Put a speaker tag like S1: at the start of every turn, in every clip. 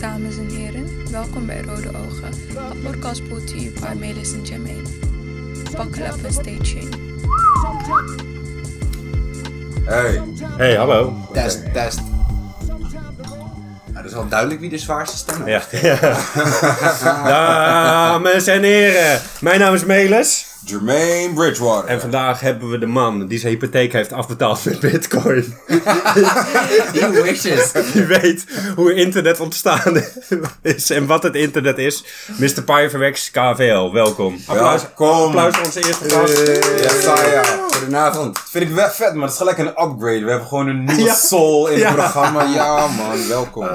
S1: dames en heren. Welkom bij Rode Ogen, a podcast brought to you by Melis and Jermaine. Buckle up and stay tuned.
S2: Hey,
S3: Hey, hallo.
S2: test, test. Nou, dat is wel duidelijk wie de zwaarste stem
S3: Ja.
S2: heeft.
S3: Dames en heren, mijn naam is Melis.
S4: Jermaine Bridgewater.
S3: En vandaag hebben we de man die zijn hypotheek heeft afbetaald met bitcoin.
S2: He wishes.
S3: Die weet hoe internet ontstaan is en wat het internet is. Mr. Pyverwex KVL, welkom. Applaus,
S4: Welkom.
S3: applaus voor onze eerste gast.
S4: Ja, Saya.
S2: Goedenavond.
S4: Dat vind ik wel vet, maar het is gelijk een upgrade. We hebben gewoon een nieuwe soul in het
S3: Ja. Eh.
S4: programma. Ja, man, welkom.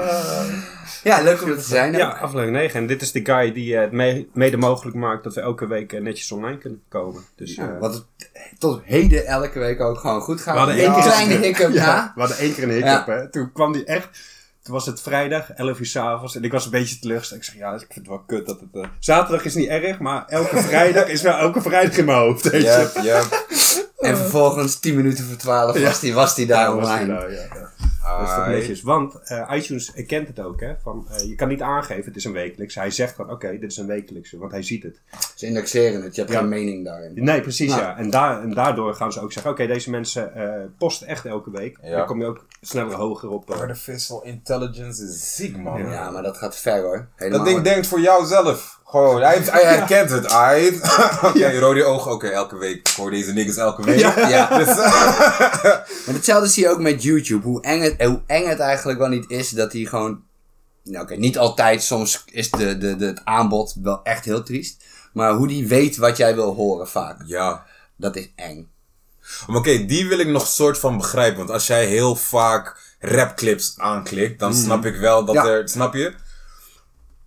S2: Ja, leuk om er te zijn. hè?
S3: Ja, aflevering 9. En dit is de guy die eh, het me- mede mogelijk maakt dat we elke week eh, netjes online kunnen komen. Dus, eh,
S2: Wat het tot heden elke week ook gewoon goed gaat.
S3: We hadden
S2: Een
S3: één keer
S2: kleine
S3: een-
S2: hiccup
S3: Ja,
S2: na.
S3: we hadden één keer een hiccup,
S2: Ja.
S3: hè. Toen kwam die echt... Toen was het vrijdag, 11 uur s'avonds. En ik was een beetje teleurgesteld. Ik zeg, ja, ik vind het wel kut dat het... eh, Zaterdag is niet erg, maar elke vrijdag is wel elke vrijdag in mijn hoofd. Weet je.
S4: Yep, yep.
S2: En vervolgens 10 minuten voor 12 was die, was die daar
S3: Ja, was die
S2: online.
S3: nou, ja. Dat is toch netjes. Want eh, iTunes kent het ook, hè. Van, eh, je kan niet aangeven, het is een wekelijks. Hij zegt van, oké, dit is een wekelijkse. Want hij ziet het.
S2: Ze indexeren het, je hebt
S3: Ja.
S2: geen mening daarin.
S3: Nee, precies,
S2: Nou.
S3: ja. En, daar, en daardoor gaan ze ook zeggen, oké, deze mensen eh, posten echt elke week.
S4: Ja.
S3: Dan kom je ook sneller hoger op. eh,
S4: Artificial intelligence is ziek, man.
S2: Ja, maar dat gaat ver hoor. Helemaal
S4: Dat ding denkt voor jouzelf. Gewoon, hij, hij herkent het. Hij... Oké, rode ogen. Oké, elke week. Ik hoor deze niggas elke week.
S3: Ja.
S2: Ja.
S4: Dus, eh,
S2: Maar hetzelfde zie je ook met YouTube. Hoe eng het, hoe eng het eigenlijk wel niet is dat hij gewoon. Nou, oké, niet altijd. Soms is de, de, de, het aanbod wel echt heel triest. Maar hoe die weet wat jij wil horen vaak.
S4: ja.
S2: Dat is eng.
S4: Maar oké, die wil ik nog soort van begrijpen. Want als jij heel vaak rapclips aanklikt, dan snap ik wel dat
S2: Mhm. Ja.
S4: er... Snap je?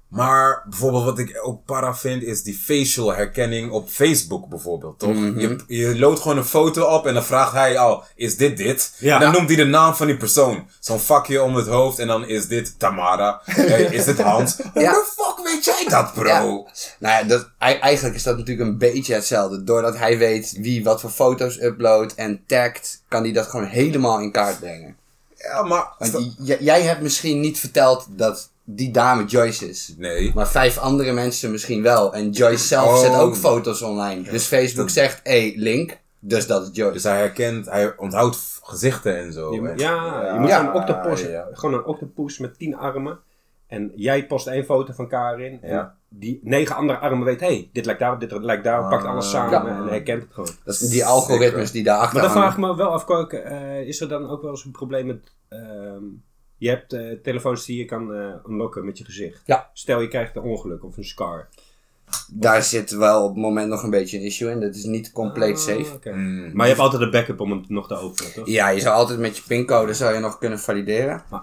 S4: Maar bijvoorbeeld wat ik ook para vind, is die facial herkenning op Facebook bijvoorbeeld, toch?
S2: Mhm.
S4: je, je loodt gewoon een foto op en dan vraagt hij al, is dit dit?
S3: Ja.
S4: En dan noemt hij de naam van die persoon. Zo'n vakje om het hoofd en dan is dit Tamara, Eh, is dit Hans? Hoe
S2: Ja.
S4: de fuck weet jij dat, bro?
S2: Ja. Nou ja, dat, ei- eigenlijk is dat natuurlijk een beetje hetzelfde. Doordat hij weet wie wat voor foto's uploadt en tagt, kan hij dat gewoon helemaal in kaart brengen.
S4: Ja, maar...
S2: Want j- j- jij hebt misschien niet verteld dat die dame Joyce is.
S4: Nee.
S2: Maar vijf andere mensen misschien wel. En Joyce zelf
S4: Oh.
S2: zet ook foto's online. Dus Facebook zegt, hé, hey, link. Dus dat is Joyce.
S4: Dus hij herkent, hij onthoudt f- gezichten en zo.
S3: Je moet-
S4: En-
S3: ja, je moet
S2: Ja,
S3: gewoon een octopus,
S4: ja.
S3: gewoon een octopus met tien armen. En jij post één foto van Karin. En
S4: Ja.
S3: die negen andere armen weet, hé, hey, dit lijkt daarop, dit lijkt daarop. Pakt alles samen en herkent het gewoon.
S2: Dat zijn die algoritmes die daarachter
S3: Maar dan vraag
S2: hangen.
S3: ik me wel af, Kook, eh, is er dan ook wel eens een probleem met... ehm, je hebt eh, telefoons die je kan eh unlocken met je gezicht.
S2: Ja.
S3: Stel je krijgt een ongeluk of een scar.
S2: Daar zit wel op het moment nog een beetje een issue in. Dat is niet compleet
S3: Ah,
S2: safe.
S3: oké. Maar je hebt altijd een backup om het nog te openen, toch?
S2: Ja, je zou altijd met je pincode zou je nog kunnen valideren.
S3: Ah.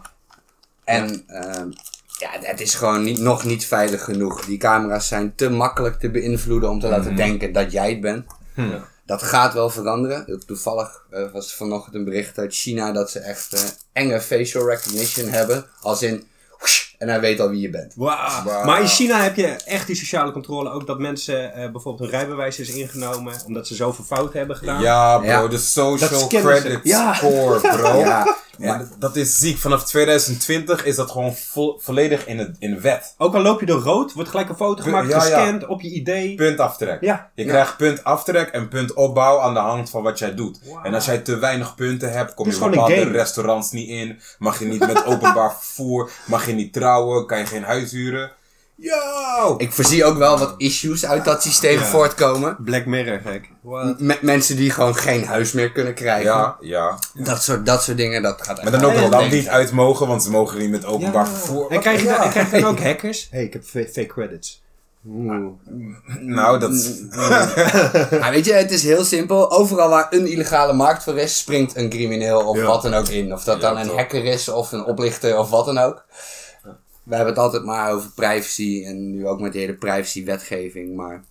S2: En ehm, ja, het is gewoon niet, nog niet veilig genoeg. Die camera's zijn te makkelijk te beïnvloeden om te
S4: Mhm.
S2: laten denken dat jij het bent.
S4: Hm.
S3: Ja.
S2: Dat gaat wel veranderen. Toevallig eh, was vanochtend een bericht uit China dat ze echt eh, enge facial recognition hebben. Als in, whoosh, en hij weet al wie je bent.
S3: Wauw.
S4: Wauw.
S3: Maar in China heb je echt die sociale controle. Ook dat mensen eh, bijvoorbeeld hun rijbewijs is ingenomen. Omdat ze zoveel fout hebben gedaan.
S4: Ja, bro,
S2: Ja.
S4: de
S3: Dat
S4: social
S3: kennen ze.
S4: credit
S2: Ja.
S4: score, bro.
S2: Ja,
S4: Maar dat- dat is ziek. Vanaf 2020 is dat gewoon vo- volledig in, het, in wet.
S3: Ook al loop je door rood. Wordt gelijk een foto gemaakt.
S4: Ja, ja.
S3: gescand op je idee.
S4: Punt aftrek.
S3: Ja.
S4: Je krijgt punt aftrek en punt opbouw aan de hand van wat jij doet. En als jij te weinig punten hebt, kom
S3: Het
S4: je
S3: is gewoon een
S4: bepaalde
S3: game.
S4: restaurants niet in. Mag je niet met openbaar vervoer. Mag je niet trouwen. Kan je geen huis huren. Yo!
S2: Ik voorzie ook wel wat issues uit dat systeem voortkomen.
S3: Black Mirror gek.
S2: Met mensen die gewoon geen huis meer kunnen krijgen.
S4: Ja, ja.
S2: Dat, soort, dat soort dingen, dat gaat
S4: Maar dan ook
S2: echt
S4: wel
S2: wel
S4: niet
S2: denken.
S4: uit mogen, want ze mogen niet met openbaar vervoer.
S3: En krijg je,
S4: Ja.
S3: dan, en krijg je dan ook hackers? Hé, hey, ik heb fa- fake credits.
S4: Nou, dat is...
S2: Maar weet je, het is heel simpel. Overal waar een illegale markt voor is, springt een crimineel of wat dan ook in. Of dat dan een
S4: toch.
S2: hacker is of een oplichter of wat dan ook. We hebben het altijd maar over privacy en nu ook met de hele privacy-wetgeving. Maar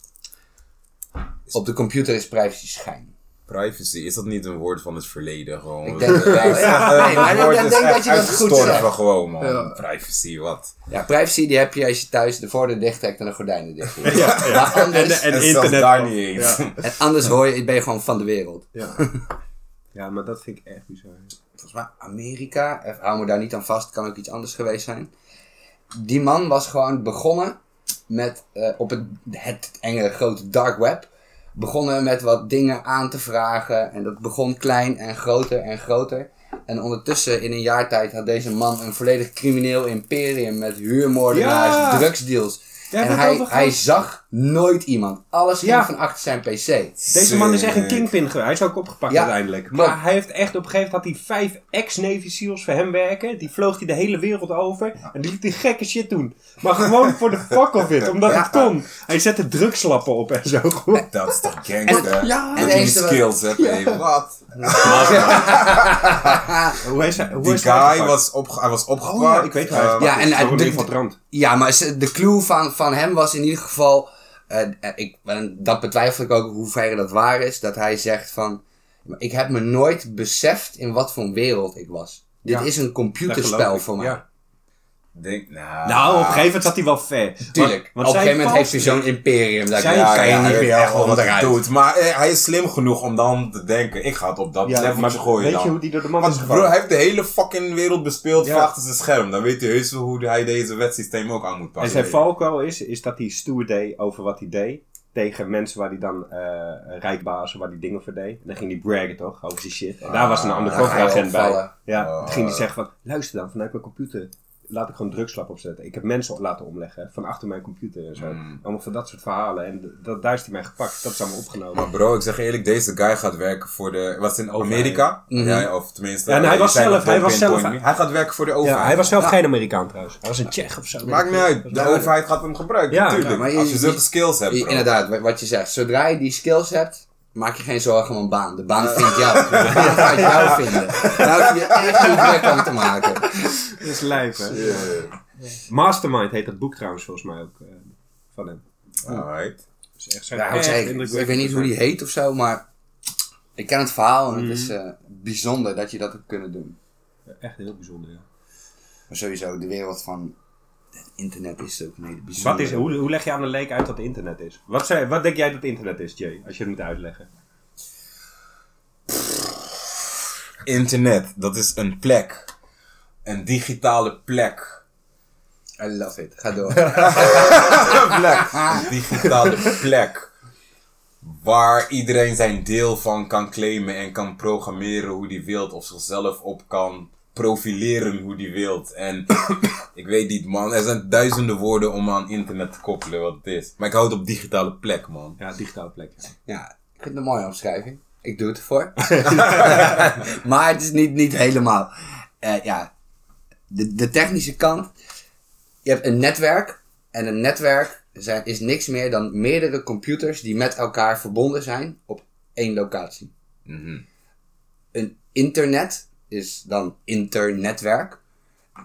S2: op de computer is privacy schijn.
S4: Privacy, is dat niet een woord van het verleden gewoon?
S2: Ik denk het wel.
S4: Ja,
S2: Nee, maar
S4: het
S2: ik
S4: woord
S2: denk
S4: is echt
S2: dat je dat goed
S4: uitgestorven
S2: zegt.
S4: gewoon, man. Privacy, wat?
S2: Ja, privacy die heb je als je thuis de voordeur dicht trekt en de gordijnen dicht doet. Maar
S3: En,
S2: anders,
S3: en,
S4: En zelfs
S3: internet.
S4: daar niet eens.
S2: en anders hoor je, ben je gewoon van de wereld.
S3: Ja. ja, maar dat vind ik echt bizar.
S2: volgens mij Amerika, eh, hou me daar niet aan vast, kan ook iets anders geweest zijn. die man was gewoon begonnen met eh, op het, het enge grote dark web. Begonnen met wat dingen aan te vragen. En dat begon klein en groter en groter. En ondertussen, in een jaar tijd, had deze man een volledig crimineel imperium met huurmoordenaars,
S3: Ja!
S2: drugsdeals.
S3: Jij hebt
S2: en
S3: het
S2: hij,
S3: over gehad.
S2: hij zag nooit iemand. Alles ging
S3: Ja.
S2: van achter zijn pc.
S3: Deze man is echt een kingpin geweest. Hij is ook opgepakt
S2: Ja,
S3: uiteindelijk.
S2: klopt.
S3: Maar hij heeft echt op een gegeven moment had hij vijf ex-Navy SEALs voor hem werken. Die vloog hij de hele wereld over. En die liet die gekke shit doen. Maar gewoon voor de fuck of it. Omdat
S2: Ja.
S3: het kon. Hij zette drugslappen op en zo.
S4: Dat is toch gangster? ja.
S2: En- ja.
S4: Dat
S2: En
S4: je die
S2: deze-
S4: skills hebt, hé, wat?
S3: Hoe is hij, hoe
S4: Die
S3: is hij
S4: guy
S3: opgepakt?
S4: was, opge hij was opgepakt.
S3: Oh ja, ik weet het.
S4: eh,
S2: Ja, en
S3: Is nog
S2: hij-
S3: een
S2: de-
S3: infiltrant.
S2: Ja, maar ze- de clue van, van hem was in ieder geval. eh, eh, ik, en dat betwijfel ik ook hoe ver dat waar is. Dat hij zegt van. Ik heb me nooit beseft in wat voor een wereld ik was. Dit
S3: Ja.
S2: is een
S3: Dat
S2: computerspel
S3: geloof ik,
S2: voor mij.
S3: ja.
S4: Denk, nou,
S3: Nou, op een gegeven moment zat hij wel ver.
S2: Ah. Tuurlijk. op een gegeven moment heeft hij zo'n imperium. Dat
S3: Zij
S2: ik, ja,
S3: kan
S2: kan
S3: je
S2: je
S4: hij
S2: niet
S4: weet echt
S2: meer
S4: wel
S2: echt
S4: wat hij
S2: onderuit.
S4: doet. Maar eh, hij is slim genoeg om dan te denken, ik ga het op dat
S3: Ja, maar
S4: leveltje gooien
S3: weet
S4: dan.
S3: je hoe die door de man
S4: Want
S3: is
S4: bro,
S3: gevallen?
S4: hij heeft de hele fucking wereld bespeeld
S3: Ja.
S4: van achter zijn scherm. Dan weet hij heus wel hoe hij deze wetsysteem ook aan moet
S3: En
S4: passen.
S3: zijn valkuil is, is dat hij stoer deed over wat hij deed. Tegen mensen waar hij dan eh rijkbazen, waar hij dingen voor deed. En dan ging hij braggen toch, over die shit. En daar was een andere
S2: dan ga je
S3: agent bij.
S2: opvallen.
S3: Ja,
S4: Ah.
S3: toen ging hij zeggen van, luister dan, vanuit mijn computer laat ik gewoon drugslap opzetten. Ik heb mensen op laten omleggen, van achter mijn computer en zo. Allemaal van dat soort verhalen. En dat, daar is hij mij gepakt, dat is allemaal opgenomen.
S4: Maar bro, ik zeg je eerlijk, deze guy gaat werken voor de... Was in Amerika? Ja, of tenminste...
S3: Mhm. Ja, en hij
S4: eh,
S3: was
S4: zijn
S3: zelf-
S4: op dat
S3: hij was
S4: pinpoint
S3: zelf-
S4: nu. Hij gaat werken voor de overheid.
S3: Ja, hij was zelf geen Amerikaan trouwens. Hij was een Tsjech of zo.
S4: Maakt niet uit, de
S2: Ja.
S4: overheid gaat hem gebruiken,
S3: Ja,
S4: natuurlijk.
S3: ja,
S2: maar je-
S4: Als je
S2: je-
S4: zulke skills hebt,
S2: I-
S4: bro.
S2: Inderdaad, wa- wat je zegt. Zodra je die skills hebt, maak je geen zorgen om een baan. De baan vindt jou. De baan gaat jou vinden. Daar hoef je echt niet druk om te maken.
S3: Dat is lijf, hè? Mastermind heet dat boek trouwens volgens mij ook eh, van hem.
S4: Alright.
S3: Dus echt zijn
S2: Ja, ik,
S3: echt
S2: zei,
S3: indrukwekkend
S2: ik weet niet hoe die heet of zo, maar ik ken het verhaal en
S3: Mhm.
S2: het is eh, bijzonder dat je dat hebt kunnen doen.
S3: Echt heel bijzonder, ja.
S2: Maar sowieso, de wereld van het internet is ook mede bijzonder.
S3: Wat is, hoe, hoe leg je aan een leek uit dat het internet is? Wat, zei, wat denk jij dat internet is, Jay? Als je het moet uitleggen.
S4: Internet, dat is een plek. Een digitale plek.
S2: I love it. Ga door.
S4: plek. Een digitale plek. Waar iedereen zijn deel van kan claimen en kan programmeren hoe die wilt. Of zichzelf op kan profileren hoe die wilt. En ik weet niet man, er zijn duizenden woorden om aan internet te koppelen wat het is. Maar ik hou het op digitale plek man.
S3: Ja, digitale plek. ja.
S2: ja, ik vind het een mooie omschrijving. Ik doe het ervoor. maar het is niet, niet helemaal. Eh, ja, de, de technische kant. Je hebt een netwerk. En een netwerk zijn, is niks meer dan meerdere computers die met elkaar verbonden zijn op één locatie. Een internet is dan internetwerk.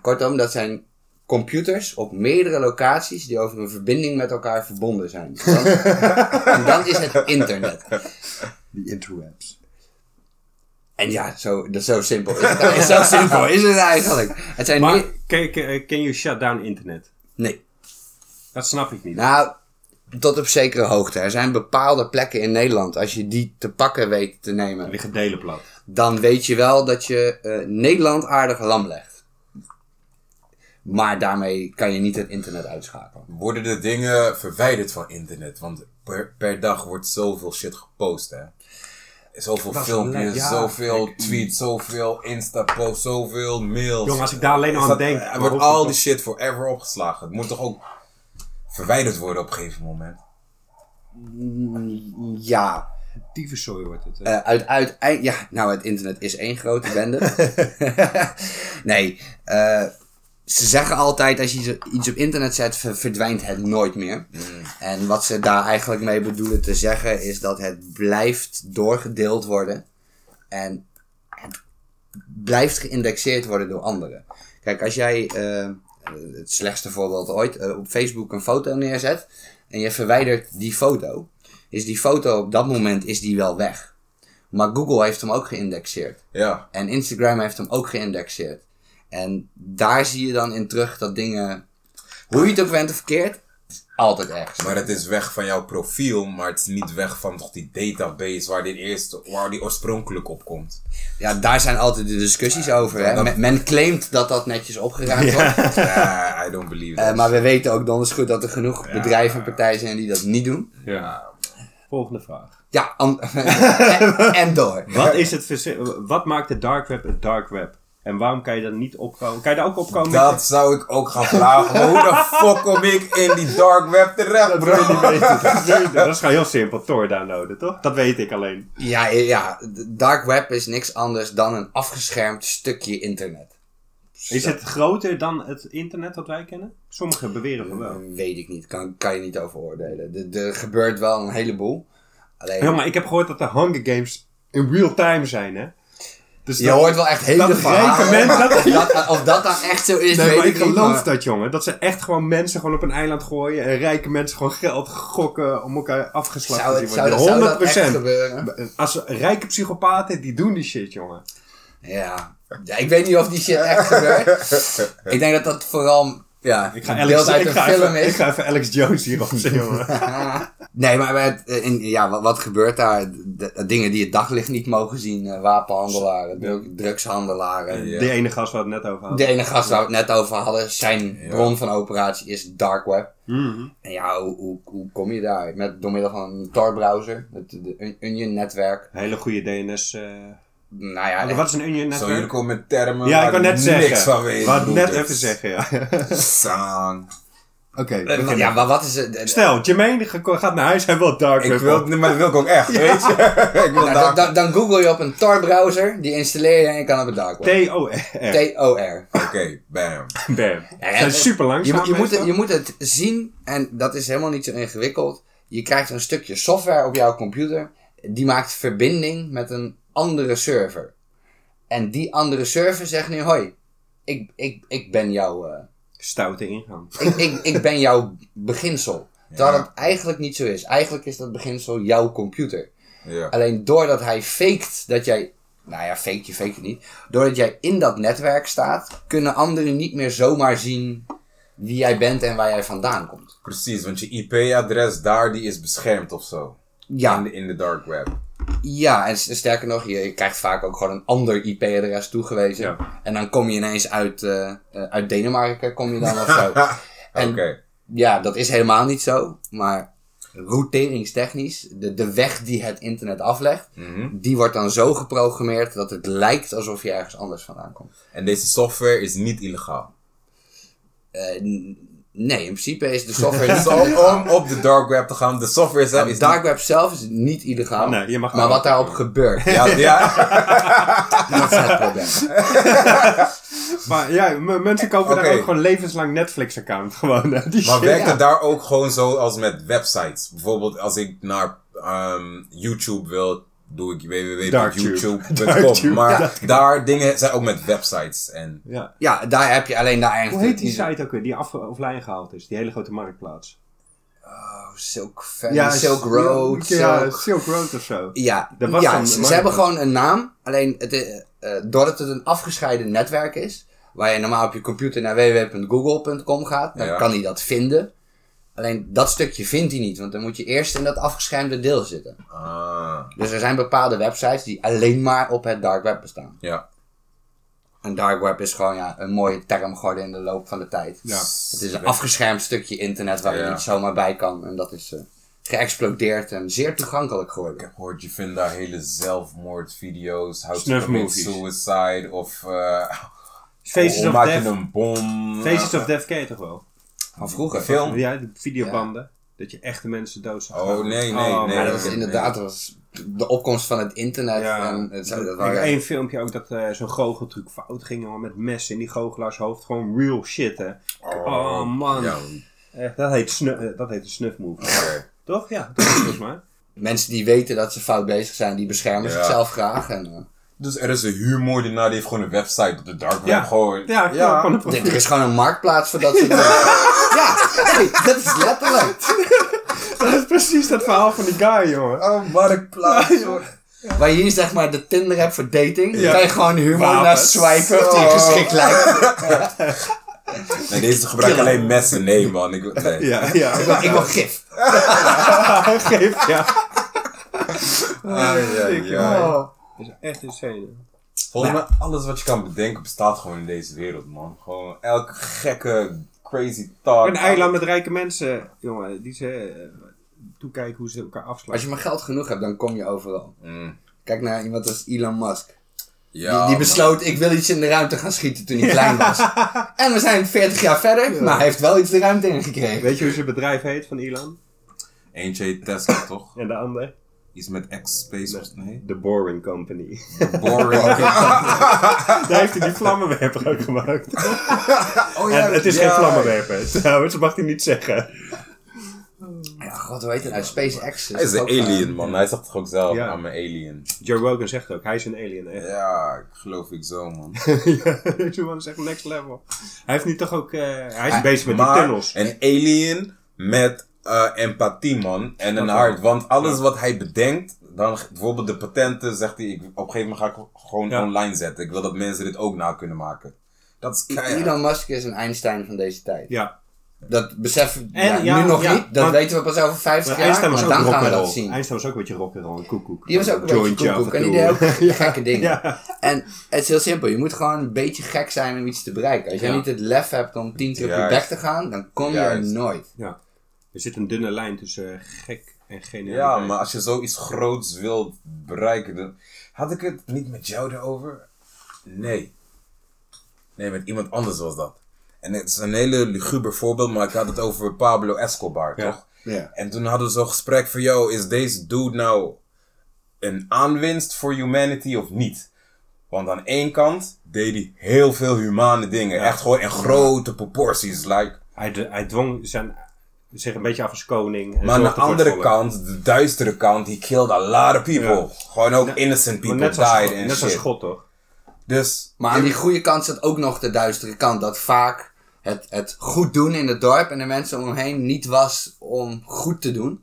S2: Kortom, dat zijn computers op meerdere locaties die over een verbinding met elkaar verbonden zijn. Dan- en dan is het internet.
S3: Die interwebs.
S2: En ja, zo, dat is zo simpel is het. Is zo simpel is het eigenlijk. Het zijn
S3: Maar
S2: meer-
S3: can, can, can you shut down internet?
S2: Nee.
S3: Dat snap ik niet.
S2: Nou, tot op zekere hoogte. Er zijn bepaalde plekken in Nederland. Als je die te pakken weet te nemen.
S3: Er liggen delen plat.
S2: dan weet je wel dat je eh, Nederland aardig lam legt. Maar daarmee kan je niet het internet uitschakelen.
S4: worden de dingen verwijderd van internet. Want per, per dag wordt zoveel shit gepost, hè. Zoveel filmpjes,
S3: gelijk, ja. mm.
S4: zoveel tweets, zoveel Insta-posts, zoveel mails.
S3: Jongen, als ik daar alleen
S4: Is
S3: nog aan
S4: dat-
S3: denk,
S4: Er
S3: dan
S4: wordt
S3: hoef ik
S4: al
S3: toch-
S4: die shit forever opgeslagen. Het moet toch ook verwijderd worden op een gegeven moment.
S2: Ja,
S3: Tyfuszooi wordt het. hè.
S2: eh, uit, uit, ei- ja, nou het internet is één grote bende. nee, eh, ze zeggen altijd als je iets- iets op internet zet, ver- verdwijnt het nooit meer. En wat ze daar eigenlijk mee bedoelen te zeggen is dat het blijft doorgedeeld worden. En blijft geïndexeerd worden door anderen. Kijk, als jij, eh, het slechtste voorbeeld ooit, eh, op Facebook een foto neerzet en je verwijdert die foto, is die foto op dat moment is die wel weg. Maar Google heeft hem ook geïndexeerd.
S4: Ja.
S2: En Instagram heeft hem ook geïndexeerd. En daar zie je dan in terug dat dingen, hoe je het ook bent of verkeerd, Altijd ergens.
S4: Maar het is weg van jouw profiel, maar het is niet weg van toch die database waar, dit eerst, waar die oorspronkelijk op komt.
S2: Ja, daar zijn altijd de discussies over. Hè?
S4: dat-
S2: Men, men claimt dat dat netjes opgeruimd wordt.
S4: Ja, I don't believe that.
S2: Eh, maar we weten ook donders goed dat er genoeg bedrijven en partijen zijn die dat niet doen.
S3: Ja. Volgende vraag.
S2: Ja, an- en, en door.
S3: Wat, is het verzi- wat maakt de dark web het dark web? En waarom kan je daar niet opkomen? Kan je daar ook opkomen?
S4: dat zou ik ook gaan vragen. Maar hoe de fuck kom ik in die dark web terecht, bro?
S3: dat is gewoon heel simpel. Tor downloaden, toch? Dat weet ik alleen.
S2: Ja, ja, de dark web is niks anders dan een afgeschermd stukje internet.
S3: Is het groter dan het internet dat wij kennen? Sommigen beweren van wel.
S2: Mm, Weet ik niet, kan, kan je niet over oordelen. Er- Er gebeurt wel een heleboel. Alleen,
S3: Ja, maar ik heb gehoord dat de Hunger Games in real time zijn, hè? Dus
S2: je
S3: dat-
S2: hoort wel echt hele
S3: dat
S2: verhalen.
S3: rijke mensen... Dat,
S2: Of dat, of dat nou echt zo is,
S3: nee,
S2: weet
S3: maar
S2: ik
S3: ik
S2: niet.
S3: geloof
S2: maar-
S3: dat, jongen. Dat ze echt gewoon mensen gewoon op een eiland gooien... en rijke mensen gewoon geld gokken om elkaar afgeslacht
S2: Zou,
S3: te
S2: het,
S3: zien
S2: zou,
S3: worden.
S2: dat- zou dat echt gebeuren?
S3: 100%. Als rijke psychopaten, die doen die shit, jongen.
S2: Ja. ja, ik weet niet of die shit echt gebeurt. ik denk dat dat vooral ja,
S3: Ik ga
S2: een beeld
S3: Alex,
S2: uit
S3: ik
S2: een
S3: ga
S2: film
S3: even,
S2: is.
S3: ik ga even Alex Jones hierop zetten, jongen.
S2: Nee, maar het, eh, in, ja, wat, wat gebeurt daar? De- de dingen die het daglicht niet mogen zien. eh, wapenhandelaren, dru- drugshandelaren.
S4: Ja.
S3: Die ene gast waar we het net over hadden.
S2: De ene gast waar we het net over hadden, zijn bron van operatie is dark web.
S3: Mhm.
S2: En ja, hoe, hoe, hoe kom je daar? Met, door middel van een Tor-browser, het de Un- Union-netwerk.
S3: Hele goede DNS. eh
S2: Nou ja,
S3: Wat is een union
S4: Zo, jullie
S3: netwerk?
S4: komen met termen
S3: Ja,
S4: waar
S3: ik wou net
S4: niks
S3: zeggen.
S4: van weet.
S3: Wat net
S4: broeders.
S3: even zeggen, ja.
S4: Saan.
S3: Oké.
S2: eh, wa- ja, maar wat is het? eh,
S3: Stel, Jermaine ge- gaat naar huis en wil dark
S4: Ik
S3: web
S4: wil,
S3: op.
S4: nee, maar dat wil ik ook echt, weet je? ik wil
S2: Nou,
S4: daar...
S2: dan, dan, dan google je op een Tor-browser, die installeer je en je kan op het dark web.
S3: T-O-R.
S2: T-O-R.
S4: Oké, bam.
S3: Bam.
S2: ja,
S3: Zijn
S2: eh,
S3: super
S2: Je,
S3: langzaam.
S2: moet- je, moet het,
S3: meestal.
S2: je moet het zien, en dat is helemaal niet zo ingewikkeld. Je krijgt een stukje software op jouw computer, die maakt verbinding met een andere server. En die andere server zegt nu: Hoi, ik, ik, ik ben jouw. eh,
S3: Stoute ingang.
S2: ik, ik, ik ben jouw beginsel. Terwijl dat eigenlijk niet zo is. Eigenlijk is dat beginsel jouw computer.
S4: Ja.
S2: Alleen doordat hij faked dat jij. Nou ja, fake je, fake het niet. Doordat jij in dat netwerk staat, kunnen anderen niet meer zomaar zien wie jij bent en waar jij vandaan komt.
S4: Precies, want je IP-adres daar die is beschermd of zo. In,
S2: Ja,
S4: de, in de dark web.
S2: ja en s- sterker nog, je, je krijgt vaak ook gewoon een ander IP-adres toegewezen.
S3: Ja.
S2: En dan kom je ineens uit, eh, eh, uit Denemarken, kom je dan of zo.
S4: Oké.
S2: En ja, dat is helemaal niet zo. Maar routeringstechnisch, de, de weg die het internet aflegt, die wordt dan zo geprogrammeerd dat het lijkt alsof je ergens anders vandaan komt.
S4: En deze software is niet illegaal.
S2: Eh, n- nee, in principe is de software niet
S4: Zo, om op de dark web te gaan, de software zelf is
S2: Het dark web zelf is niet illegaal,
S3: Oh, Nee, je mag
S2: maar
S3: wel-
S2: wat daarop gebeurt,
S4: niet... Ja, ja.
S2: dat is het probleem.
S3: Maar ja, m- mensen kopen daar
S4: Oké.
S3: ook gewoon levenslang Netflix-account. Gewoon, hè, die
S4: Maar
S3: shit.
S4: werkt
S2: Ja.
S4: het daar ook gewoon zo als met websites? Bijvoorbeeld als ik naar ehm, YouTube wil, doe ik
S3: Darktube.
S4: www.youtube.com. Maar daar dingen zijn ook met websites. En
S3: Ja.
S2: Ja, daar heb je alleen daar
S3: Hoe
S2: eigenlijk...
S3: heet die site ook weer die af offline gehaald is? Die hele grote marktplaats.
S2: Silk, Valley, Silk
S3: s-
S2: Road,
S3: Ja,
S2: Silk-
S3: Silk Road of zo.
S2: Ja,
S3: Dat was
S2: ja
S3: dan-
S2: ze,
S3: maar-
S2: ze hebben gewoon een naam. Alleen het, eh, eh, doordat het een afgescheiden netwerk is, waar je normaal op je computer naar www.google.com gaat, dan
S4: Ja.
S2: kan hij dat vinden. Alleen dat stukje vindt hij niet, want dan moet je eerst in dat afgeschermde deel zitten.
S4: ah,
S2: Dus er zijn bepaalde websites die alleen maar op het dark web bestaan.
S4: ja.
S2: En dark web is gewoon ja, een mooie term geworden in de loop van de tijd.
S4: Oh,
S3: Ja.
S2: Het is een afgeschermd stukje internet waar je
S4: Ja.
S2: niet zomaar bij kan. En dat is eh, geëxplodeerd en zeer toegankelijk
S4: Ik
S2: geworden.
S4: heb gehoord, je vindt daar hele zelfmoordvideo's, how to
S3: Snuff
S4: commit
S3: movies.
S4: suicide of eh
S3: Faces
S4: hoe
S3: of
S4: maak
S3: Death.
S4: je een bom.
S3: Faces of Death K toch wel?
S2: Van vroeger.
S4: film.
S3: Ja, de videobanden. Dat je echte mensen dood zag.
S4: Oh,
S3: gaan.
S4: nee, nee, nee.
S2: Maar
S3: man.
S2: dat was inderdaad dat was de opkomst van het internet.
S3: Ja.
S2: En het, zo, dat
S3: Ik heb
S2: waren,
S3: één filmpje ook dat eh, zo'n goocheltruc fout ging, jongen, met messen in die goochelaars hoofd. Gewoon real shit, hè. Oh, man.
S4: Ja,
S3: Echt, dat, heet snu- eh, dat heet een snuffmovie.
S4: oké.
S3: Toch? Ja, dat is volgens mij.
S2: mensen die weten dat ze fout bezig zijn, die beschermen
S4: Ja.
S2: zichzelf graag. En, eh,
S4: Dus er is een huurmoordenaar, die heeft gewoon een website op de dark web.
S3: Ja.
S4: Gewoon,
S3: Ja, ja. Van een profiel.
S2: er is gewoon een marktplaats voor dat soort dingen. Ja, hey, dat is letterlijk.
S3: Dat is precies dat verhaal van die guy, jongen.
S4: Oh, marktplaats. hoor.
S2: Waar je hier zeg maar de Tinder hebt voor dating,
S3: Ja. Oh.
S2: kan je gewoon humor naar
S3: Wapens.
S2: swipen of die geschikt lijkt.
S4: Nee, deze gebruiken alleen messen. Nee, man. Ik, nee.
S3: Ja, ja.
S2: Ik wil, ik wil gif.
S3: Geef, ja.
S4: Ah, ja, ja.
S3: Oh. Dat is echt insane.
S4: Volgens mij, alles wat je kan bedenken bestaat gewoon in deze wereld, man. Gewoon elke gekke, crazy talk.
S3: Een eiland met rijke mensen, jongen, die ze eh, toekijken hoe ze elkaar
S2: Als
S3: afsluiten.
S2: je maar geld genoeg hebt, dan kom je overal.
S4: Mm.
S2: Kijk naar iemand als Elon Musk.
S4: Ja,
S2: die, die
S4: man.
S2: besloot, ik wil iets in de ruimte gaan schieten toen hij klein was. En we zijn 40 jaar verder, maar hij heeft wel iets de ruimte ingekregen.
S3: Weet je hoe zijn bedrijf heet van Elon?
S4: Eentje heet Tesla, toch?
S3: En de ander?
S4: Iets met X-Space of nee?
S3: The Boring Company.
S4: Boring.
S3: Daar heeft hij die vlammenwerper ook gemaakt.
S2: Oh
S3: En het is geen
S2: ja.
S3: vlammenwerper, trouwens, dat mag hij niet zeggen.
S2: Ja, god, hoe heet het nou? SpaceX.
S4: Hij is een
S2: toch ook,
S4: alien,
S2: eh,
S4: man. Hij zegt toch ook zelf,
S3: Ja.
S4: I'm an alien.
S3: Joe Rogan zegt ook, hij is een alien. Echt.
S4: Ja, ik geloof ik zo, man.
S3: Ja, Deze man is echt next level. Hij heeft nu toch ook, eh, hij is bezig met die
S4: maar
S3: tunnels.
S4: een alien met eh, empathie, man. En een hart. Want alles wat hij bedenkt, dan ge- bijvoorbeeld de patenten, zegt hij, ik, op een gegeven moment ga ik gewoon
S3: Ja.
S4: online zetten. Ik wil dat mensen dit ook na kunnen maken. Dat is keihard.
S2: Elon Musk is een Einstein van deze tijd.
S3: Ja,
S2: Dat beseffen we
S3: En
S2: ja,
S3: ja,
S2: nu nog
S3: ja,
S2: niet. Dat
S3: want-
S2: weten we pas over 50
S3: maar
S2: jaar.
S3: Einstein was
S2: maar
S3: ook
S2: dan gaan we
S3: rock'n'roll.
S2: dat zien.
S3: Einstein was ook een beetje rock'n'roll, een koekoek.
S2: Die was ook een beetje
S3: Jointje af
S2: koekoek en
S3: toe.
S2: die deed ook gekke dingen.
S3: Ja.
S2: En het is heel simpel. Je moet gewoon een beetje gek zijn om iets te bereiken. Als jij
S4: Ja.
S2: niet het lef hebt om tien keer op je
S4: Juist.
S2: bek te gaan, dan kom je er
S4: Juist.
S2: nooit.
S3: Ja. Er zit een dunne lijn tussen eh, gek en geniaal.
S4: Ja, maar als je zoiets groots wilt bereiken, dan... Had ik het niet met jou erover? Nee. Nee, met iemand anders was dat. En het is een hele luguber voorbeeld, maar ik had het over Pablo Escobar,
S3: Ja.
S4: toch?
S2: Ja.
S4: En toen hadden we zo'n gesprek van, yo, is deze dude nou een aanwinst voor humanity of niet? Want aan één kant deed hij heel veel humane dingen. Echt gewoon in grote proporties. Like,
S3: Hij, d- hij dwong zijn, zich een beetje af als koning. en
S4: Maar aan de
S3: zorgde voor het
S4: andere
S3: volk.
S4: kant, de duistere kant, he killed a lot of people. Gewoon ook innocent
S3: Maar
S4: people
S3: net als,
S4: died en
S3: net als
S4: shit.
S3: God, toch?
S4: Dus,
S2: Maar aan die goede kant zit ook nog de duistere kant. Dat vaak het, het goed doen in het dorp en de mensen om hem heen niet was om goed te doen.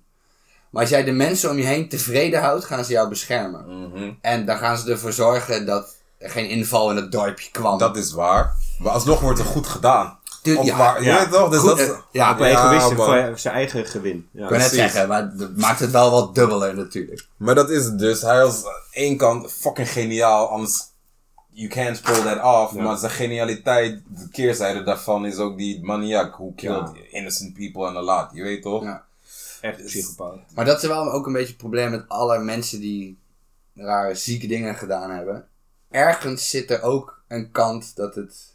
S2: Maar als jij de mensen om je heen tevreden houdt, gaan ze jou beschermen. En dan gaan ze ervoor zorgen dat er geen inval in het dorpje kwam.
S4: dat is waar. Maar alsnog wordt er goed gedaan.
S2: Tuur-
S4: Of
S2: ja,
S4: waar,
S3: ja.
S4: je weet toch? Dus
S2: Goed,
S4: dat is-
S2: eh, ja,
S3: Maar egoïst
S4: man.
S3: voor zijn eigen gewin. Ja.
S2: Ik kan net
S4: Precies.
S2: zeggen, maar dat maakt het wel wat dubbeler natuurlijk.
S4: Maar dat is het dus. Hij was aan één kant fucking geniaal, anders you can't pull that off. Maar zijn genialiteit, de keerzijde daarvan is ook die maniac who killed
S3: Ja.
S4: innocent people and a lot. Je weet toch?
S2: Ja.
S3: Echt een psychopaat.
S2: Maar dat is wel ook een beetje het probleem met alle mensen die rare zieke dingen gedaan hebben. Ergens zit er ook een kant dat het...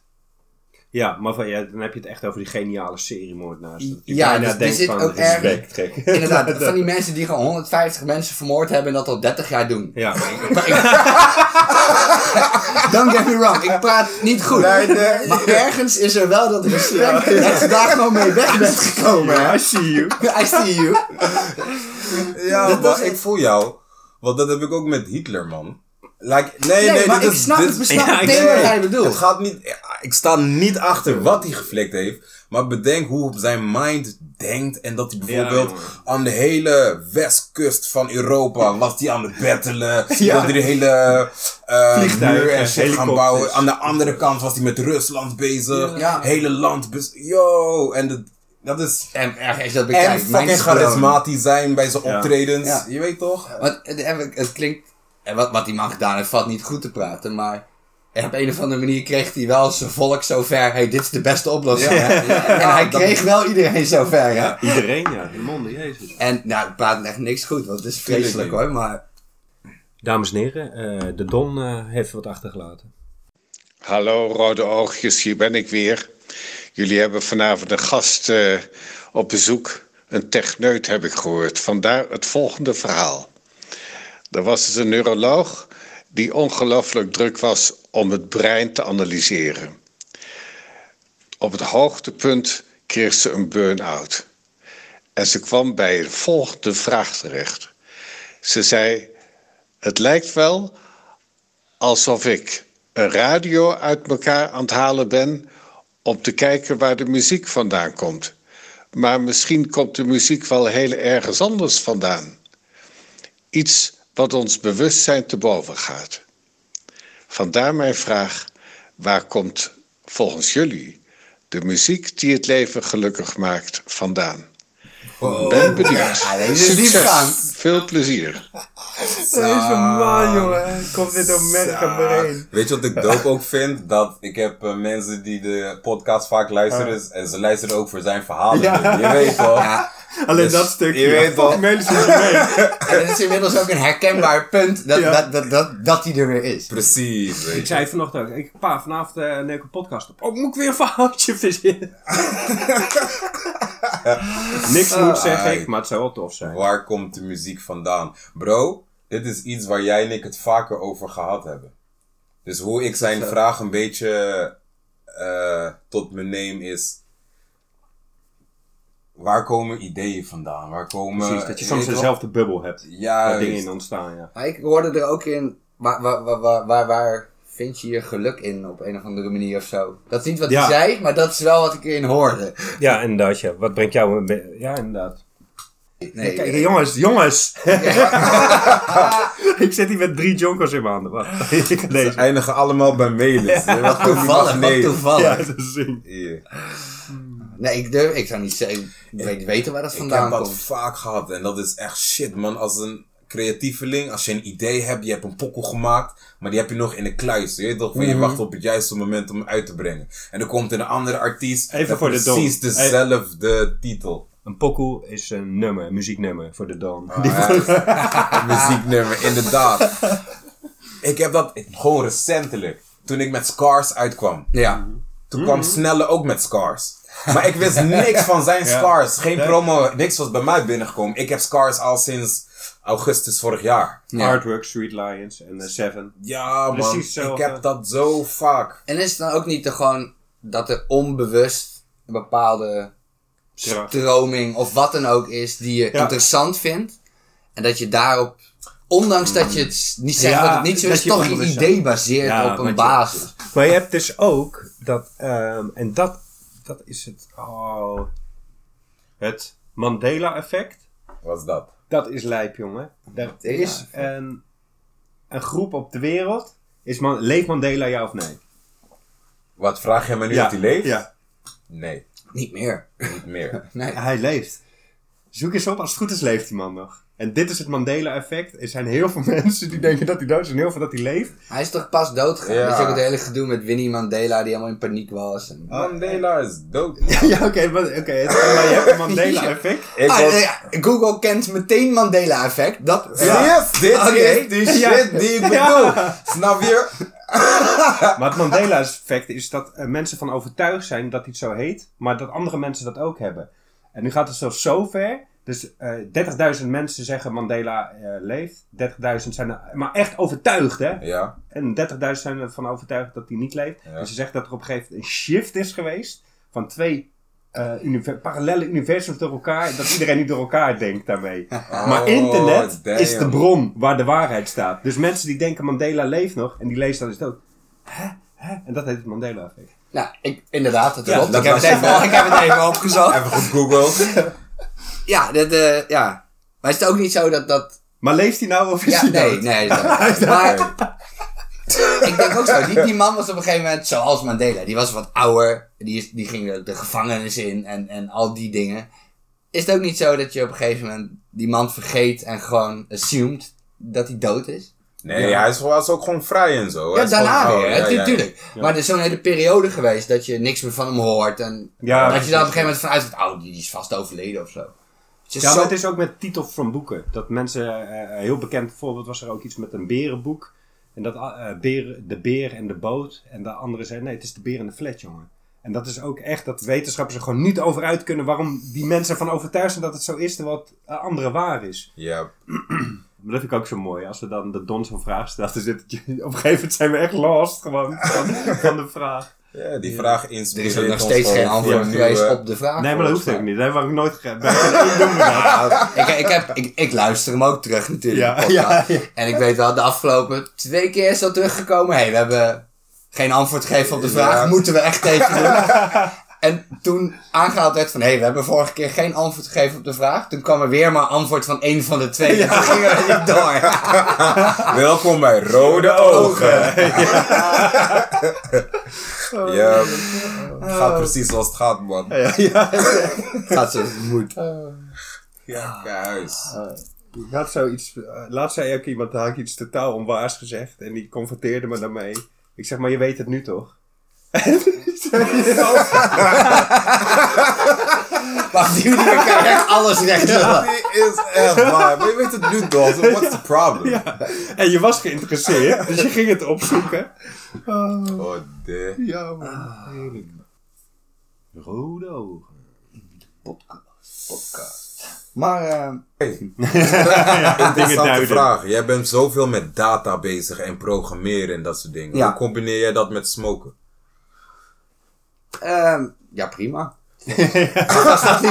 S3: Ja, maar van, ja, dan heb je het echt over die geniale seriemoordenaars. Dat je
S2: Ja,
S3: bijna
S2: dus er
S3: denkt
S2: zit
S3: van,
S2: ook
S3: respect,
S2: erg-
S3: gek.
S2: Inderdaad, van die mensen die gewoon 150 mensen vermoord hebben en dat al 30 jaar doen.
S3: Ja,
S2: Don't get me wrong, ik praat niet goed. Maar ergens is er wel dat respect dat je daar gewoon mee weg bent gekomen. hè?
S3: I see you.
S2: I see you.
S4: Ja,
S2: Dat was
S4: maar
S2: het.
S4: ik voel jou. Want dat heb ik ook met Hitler, man. Like, nee, nee,
S2: Nee, maar
S4: dit
S2: ik
S4: is,
S2: snap
S4: dit
S2: het,
S4: is-
S2: we snappen
S3: Ja, ik-
S2: meteen wat
S4: Nee,
S2: hij bedoelt.
S4: Het gaat niet, ik sta niet achter wat hij geflikt heeft. Maar bedenk hoe zijn mind denkt. En dat hij bijvoorbeeld
S3: jongen.
S4: aan de hele westkust van Europa was hij aan het bettelen.
S2: Ja.
S4: Wilde hij de hele eh,
S3: Vliegtuigen,
S4: muur en shit gaan
S3: helikopters.
S4: bouwen. Aan de andere kant was hij met Rusland bezig.
S2: Ja.
S4: Hele land. bez- Yo, en dat- dat is.
S2: En ergens is dat
S4: En
S2: bekijkt. mijn
S4: fucking charismatisch zijn bij zijn
S3: Ja.
S4: optredens.
S2: Ja.
S4: Je weet toch?
S2: Want het, het- het klinkt. En wat, wat die man gedaan heeft, valt niet goed te praten, maar. Op een of andere manier kreeg hij wel zijn volk zover. Hé, hey, dit is de beste oplossing. hè? En hij
S4: dat-
S2: kreeg wel iedereen zover. Hè?
S3: Iedereen, ja. De monden, jezus.
S2: En nou, ik praat echt niks goed, want het is
S4: Tuurlijk
S2: vreselijk
S4: niet.
S2: hoor. Maar
S3: Dames en heren, eh, de Don eh, heeft wat achtergelaten.
S5: Hallo Rode Oogjes, hier ben ik weer. Jullie hebben vanavond een gast eh, op bezoek. Een techneut heb ik gehoord. Vandaar het volgende verhaal. Er was dus een neuroloog die ongelooflijk druk was om het brein te analyseren. Op het hoogtepunt kreeg ze een burn-out. En ze kwam bij een volgende vraag terecht. Ze zei: Het lijkt wel alsof ik een radio uit elkaar aan het halen ben om te kijken waar de muziek vandaan komt. Maar misschien komt de muziek wel heel ergens anders vandaan. Iets wat ons bewustzijn te boven gaat. Vandaar mijn vraag: waar komt volgens jullie de muziek die het leven gelukkig maakt, vandaan.
S2: Wow.
S5: Ben benieuwd.
S2: Ja, deze is
S5: Succes.
S2: diepgaand.
S5: Veel plezier.
S3: Deze man, jongen. Komt dit door Merga Brain.
S4: Ah, Weet je wat ik dope ook vind? Dat ik heb eh, mensen die de podcast vaak luisteren en ze luisteren ook voor zijn verhalen.
S3: Ja.
S4: Je weet toch?
S3: Alleen
S4: Dus
S3: dat stukje.
S4: je weet wel.
S3: Fuck Melis is mee.
S2: En het is inmiddels ook een herkenbaar punt dat,
S3: Ja.
S2: dat, dat, dat, dat die er weer is.
S4: Precies, weet
S3: Ik
S4: je.
S3: zei vanochtend ook, ik pa, vanavond eh, neem ik een podcast op. Oh, moet ik weer een verhaaltje verzinnen? Niks
S2: Ah.
S3: moet, zeg ik, maar het zou wel tof zijn.
S4: Waar komt de muziek vandaan? Bro, dit is iets waar jij en ik het vaker over gehad hebben. Dus hoe ik zijn vraag een beetje eh, tot me neem is... Waar komen ideeën vandaan? Waar
S2: Oh,
S4: komen...
S3: Precies, dat je soms
S4: weet toch?
S3: dezelfde bubbel hebt.
S4: Ja,
S3: Waar dingen
S4: juist.
S3: in ontstaan, ja.
S2: Maar ik hoorde er ook in, waar, waar, waar, waar, waar, waar vind je je geluk in op een of andere manier of zo? Dat is niet wat
S3: Ja.
S2: hij zei, maar dat is wel wat ik erin hoorde.
S3: Ja, inderdaad, ja. Wat brengt jou... Ja, inderdaad.
S2: Nee,
S3: Kijk, jongens, jongens! ik zit hier met drie jonkers in mijn handen. Wacht, ik ga deze.
S4: Eindigen allemaal bij Melis. Wat
S2: toevallig, wat
S3: Ja,
S2: toevallig.
S3: dat is zin.
S4: toevallig.
S2: Nee, ik durf, ik zou niet zeggen, ik weet weten waar dat
S4: Ik
S2: vandaan
S4: heb dat
S2: komt.
S4: vaak gehad en dat is echt shit, man. Als een creatieveling, als je een idee hebt, je hebt een pokkel gemaakt, maar die heb je nog in de kluis. Je weet toch, van
S3: Mhm.
S4: je wacht op het juiste moment om hem uit te brengen. En dan komt er een andere artiest
S3: Even
S4: met
S3: voor de dom.
S4: precies
S3: Even-
S4: dezelfde titel.
S3: Een pokoe is een nummer, een muzieknummer voor de Don.
S4: Een muzieknummer, inderdaad. Ik heb dat gewoon recentelijk, toen ik met Scars uitkwam.
S2: Ja.
S4: Toen kwam Snelle ook met Scars. Maar ik wist niks van zijn Scars. Geen promo, niks was bij mij binnengekomen. Ik heb Scars al sinds augustus vorig jaar.
S2: Ja.
S3: Hardwork, Street Lions en eh, Seven.
S4: Ja, man.
S3: Precies zo,
S4: ik
S3: ja.
S4: heb dat zo vaak.
S2: En is het dan ook niet er gewoon dat er onbewust een bepaalde
S3: Ja.
S2: stroming of wat dan ook is die je
S3: Ja.
S2: interessant vindt? En dat je daarop, ondanks dat je het s- niet zegt
S3: Ja,
S2: dat het niet zo
S3: dat
S2: is,
S3: je
S2: toch je
S3: onbewust
S2: idee baseert
S3: Ja,
S2: op
S3: want
S2: een
S3: je-
S2: basis.
S3: Maar je hebt dus ook dat, ehm, en dat, dat is het, oh, het Mandela-effect.
S4: Wat is dat?
S3: Dat is lijp, jongen. Er is een, een groep op de wereld. Is man, leeft Mandela ja of nee?
S4: Wat vraag je me nu of hij leeft?
S3: Ja,
S4: Nee,
S2: Niet meer.
S4: niet meer. Oh,
S2: Nee.
S3: hij leeft. Zoek eens op, als het goed is leeft die man nog. En dit is het Mandela-effect. Er zijn heel veel mensen die denken dat hij dood is en heel veel dat hij leeft.
S2: Hij is toch pas doodgegaan?
S4: Ja.
S2: Dat is ook het hele gedoe met Winnie Mandela die helemaal in paniek was. En...
S3: Oh.
S4: Mandela is dood.
S3: Ja, oké, maar, oké, het- maar je hebt een Mandela-effect.
S4: Ik
S2: Ah,
S4: was-
S2: nee, ja, Google kent meteen Mandela-effect. Dat...
S4: Serieus? Dit
S2: Oké.
S4: is die shit
S3: Ja.
S4: die ik bedoel.
S3: Ja.
S4: Snap je?
S3: Maar het Mandela-effect is dat eh, mensen van overtuigd zijn dat iets zo heet, maar dat andere mensen dat ook hebben. En nu gaat het zelfs zo ver. Dus eh 30.000 mensen zeggen Mandela eh, leeft. 30.000 zijn er, maar echt overtuigd, hè?
S4: Ja.
S3: En 30.000 zijn ervan overtuigd dat hij niet leeft.
S4: Ja.
S3: En ze zegt dat er op een gegeven moment een shift is geweest van twee eh, univer- parallele universums door elkaar. Dat iedereen nu door elkaar denkt daarmee.
S2: Oh,
S3: maar internet
S4: damn.
S3: is de bron waar de waarheid staat. Dus mensen die denken Mandela leeft nog en die lezen dan is het ook. Hè? Hè? En dat heet het Mandela-effect.
S2: Nou, ik, inderdaad, dat klopt.
S4: dat
S2: ik, heb
S4: was
S2: het
S4: je wel.
S2: even, ik heb het even opgezocht.
S4: Even gegoogeld.
S2: Ja, dat, eh, ja. Maar is het ook niet zo dat dat...
S3: Maar leeft hij nou of is
S2: Ja,
S3: hij
S2: nee,
S3: dood?
S2: nee. dat- Maar ik denk ook zo. Die, die man was op een gegeven moment zoals Mandela. Die was wat ouder. Die, is- die ging de, de gevangenis in en, en al die dingen. Is het ook niet zo dat je op een gegeven moment die man vergeet en gewoon assumed dat hij dood is?
S4: Nee, hij is, was ook gewoon vrij en zo. Hij
S2: Ja,
S4: is
S2: daarna
S4: gewoon-
S2: weer,
S4: oh,
S2: hè,
S4: ja, ja.
S2: natuurlijk. Maar er is zo'n hele periode geweest dat je niks meer van hem hoort. En
S3: Ja,
S2: dat
S3: precies.
S2: je daar op een gegeven moment vanuit gaat, oh, die die is vast overleden of zo. Het is
S3: Ja,
S2: zo-
S3: maar het is ook met titels van boeken. Dat mensen, eh, een heel bekend voorbeeld was er ook iets met een berenboek. En dat eh, beren- de beer en de boot. En de andere zei, nee, het is de beer en de flat, jongen. En dat is ook echt dat wetenschappers er gewoon niet over uit kunnen waarom die mensen ervan overtuigd zijn dat het zo is, terwijl het eh, andere waar is.
S4: Ja.
S3: Maar dat vind ik ook zo mooi. Als we dan de Don zo'n vraag stelt, dan zit het je- op een gegeven moment zijn we echt lost gewoon van, van de vraag.
S4: Ja, die vraag
S2: Er
S4: inspireert
S2: is ook nog
S4: ons
S2: steeds
S4: gewoon eh,
S2: geen antwoord
S4: voor
S2: geweest
S4: nieuwe-
S2: op de vraag.
S3: Nee, maar dat hoeft ook
S2: volgens
S3: niet. Dat heb ik nooit ge- bij geen één doen we dat.
S2: mij. Ik, ik, heb, ik, ik luister hem ook terug natuurlijk.
S3: Ja,
S2: de podcast.
S3: ja, ja.
S2: En ik weet wel, de afgelopen twee keer is dat teruggekomen. Hé, hey, we hebben geen antwoord gegeven op de vraag.
S4: Ja.
S2: Moeten we echt tegen doen? En toen aangehaald werd van, hé, hey, we hebben vorige keer geen antwoord gegeven op de vraag. Toen kwam er weer maar antwoord van één van de twee. En toen gingen we niet door.
S4: Welkom bij Rode Ogen. Ja,
S2: Oh.
S4: het gaat precies zoals het gaat, man.
S6: Ja, ja.
S2: Gaat zo, moet.
S4: Ja, naar huis.
S3: Ik had zoiets, eh, laatst zei ook iemand, had ik iets totaal onwaars gezegd. En die confronteerde me daarmee. Ik zeg, maar je weet het nu toch?
S2: Wacht, die manier kan je echt alles recht zetten.
S4: Die is echt waar. Maar je weet het nu toch, so what's the problem?
S3: En je was geïnteresseerd, dus je ging het opzoeken.
S4: Oh, de.
S6: Ja, man. Heerlijk.
S3: Rode ogen.
S2: Maar, eh,
S4: Interessante
S3: duiden.
S4: vraag. Jij bent zoveel met data bezig en programmeren en dat soort dingen.
S2: Ja.
S4: Hoe combineer jij dat met smoken?
S2: ehm, ja, prima. Dat staat niet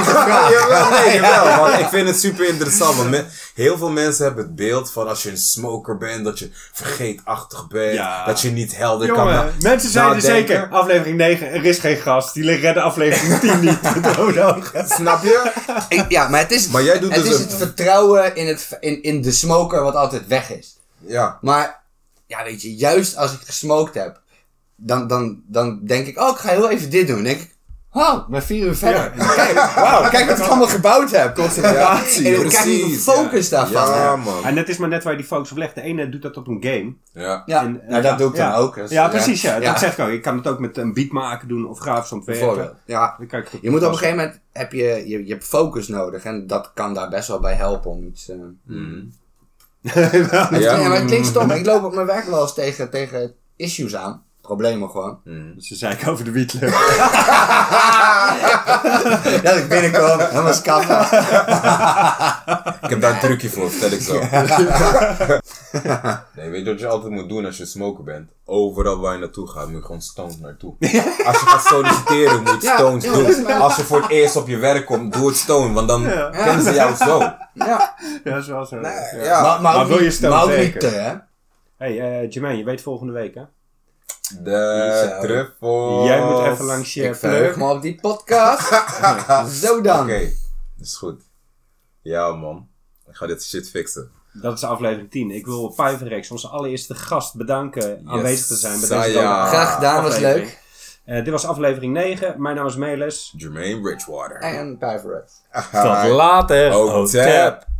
S2: gevraagd.
S4: Jawel, nee, jawel. Want ik vind het super interessant. Want me- heel veel mensen hebben het beeld van als je een smoker bent, dat je vergeetachtig bent.
S3: Ja.
S4: Dat je niet helder kan nou, na-
S3: Jongen, mensen zeiden
S2: Nou,
S4: nadenken.
S3: zeker, aflevering 9, er is geen gast. Die redden aflevering 10 niet met rode ogen.
S4: Snap je?
S2: Ik- ja, maar het is,
S4: Maar jij doet
S2: het,
S4: dus
S2: is
S4: een-
S2: het vertrouwen in, het, v- in, in de smoker wat altijd weg is.
S4: Ja.
S2: Maar, ja, weet je, juist als ik gesmoked heb, dan, dan, dan denk ik, oh, ik ga heel even dit doen. Dan denk ik, oh,
S6: Maar vier uur verder.
S2: verder. Kijk, wauw, kijk wat ik allemaal gebouwd heb. Concentratie. En dan krijg je de
S4: Precies,
S2: focus
S4: ja.
S2: daarvan.
S4: Ja,
S2: Ja,
S4: Ah, man.
S3: En dat is maar net waar je die focus op legt. De ene doet dat op een game.
S4: Ja.
S3: En, eh,
S2: nou, dat doe ik dan
S3: ja.
S2: ook. dus,
S3: ja, precies. Ja.
S2: Ja.
S3: Dat zeg ik ook. Ik kan het ook met een beat maken doen of grafisch
S2: Bijvoorbeeld.
S3: ontwerpen.
S2: Ja.
S3: Dan kan ik goed
S2: Je moet op een
S3: toepassen.
S2: gegeven moment heb je, je, je hebt focus nodig en dat kan daar best wel bij helpen om iets. eh,
S3: Mm.
S4: Ah, Ja.
S2: Ja, maar het klinkt stom. Ik loop op mijn werk wel eens tegen, tegen issues aan. Problemen gewoon.
S3: Ze zei ik over de wietler. Mm.
S2: Dat ik binnenkom, helemaal schaffen.
S4: Ik heb daar een trucje voor, vertel ik zo. nee, weet je wat je altijd moet doen als je smoker bent? Overal waar je naartoe gaat, moet je gewoon stoned naartoe. Als je gaat solliciteren, moet je
S2: Ja,
S4: stoned
S2: ja, dat is
S4: doen.
S2: waar.
S4: Als je voor het eerst op je werk komt, doe het stoned, want dan kennen ze jou zo.
S2: Ja.
S3: ja, dat is wel zo. ja.
S4: Ja.
S2: Maar, maar, ook
S3: wil je
S2: niet-
S3: stem
S2: maar ook
S3: zeker?
S2: niet te, hè?
S3: Hey, eh Jermaine, je weet volgende week, hè?
S4: De
S2: Zo.
S4: truffel.
S3: Jij moet even langs je...
S2: Ik verheug me op die podcast. Zo dan.
S4: Oké, is goed. Ja, man. Ik ga dit shit fixen.
S3: Dat is aflevering 10. Ik wil Pyverex, onze allereerste gast, bedanken aanwezig te zijn bij
S4: Ah,
S3: deze
S4: ja.
S3: ja.
S2: Graag gedaan, was
S3: Aflevering. Eh,
S2: leuk.
S3: Dit was aflevering 9. Mijn naam is Meles.
S4: Jermaine Bridgewater.
S2: En Pyverex.
S4: Hi.
S3: later.
S4: Oh, tap.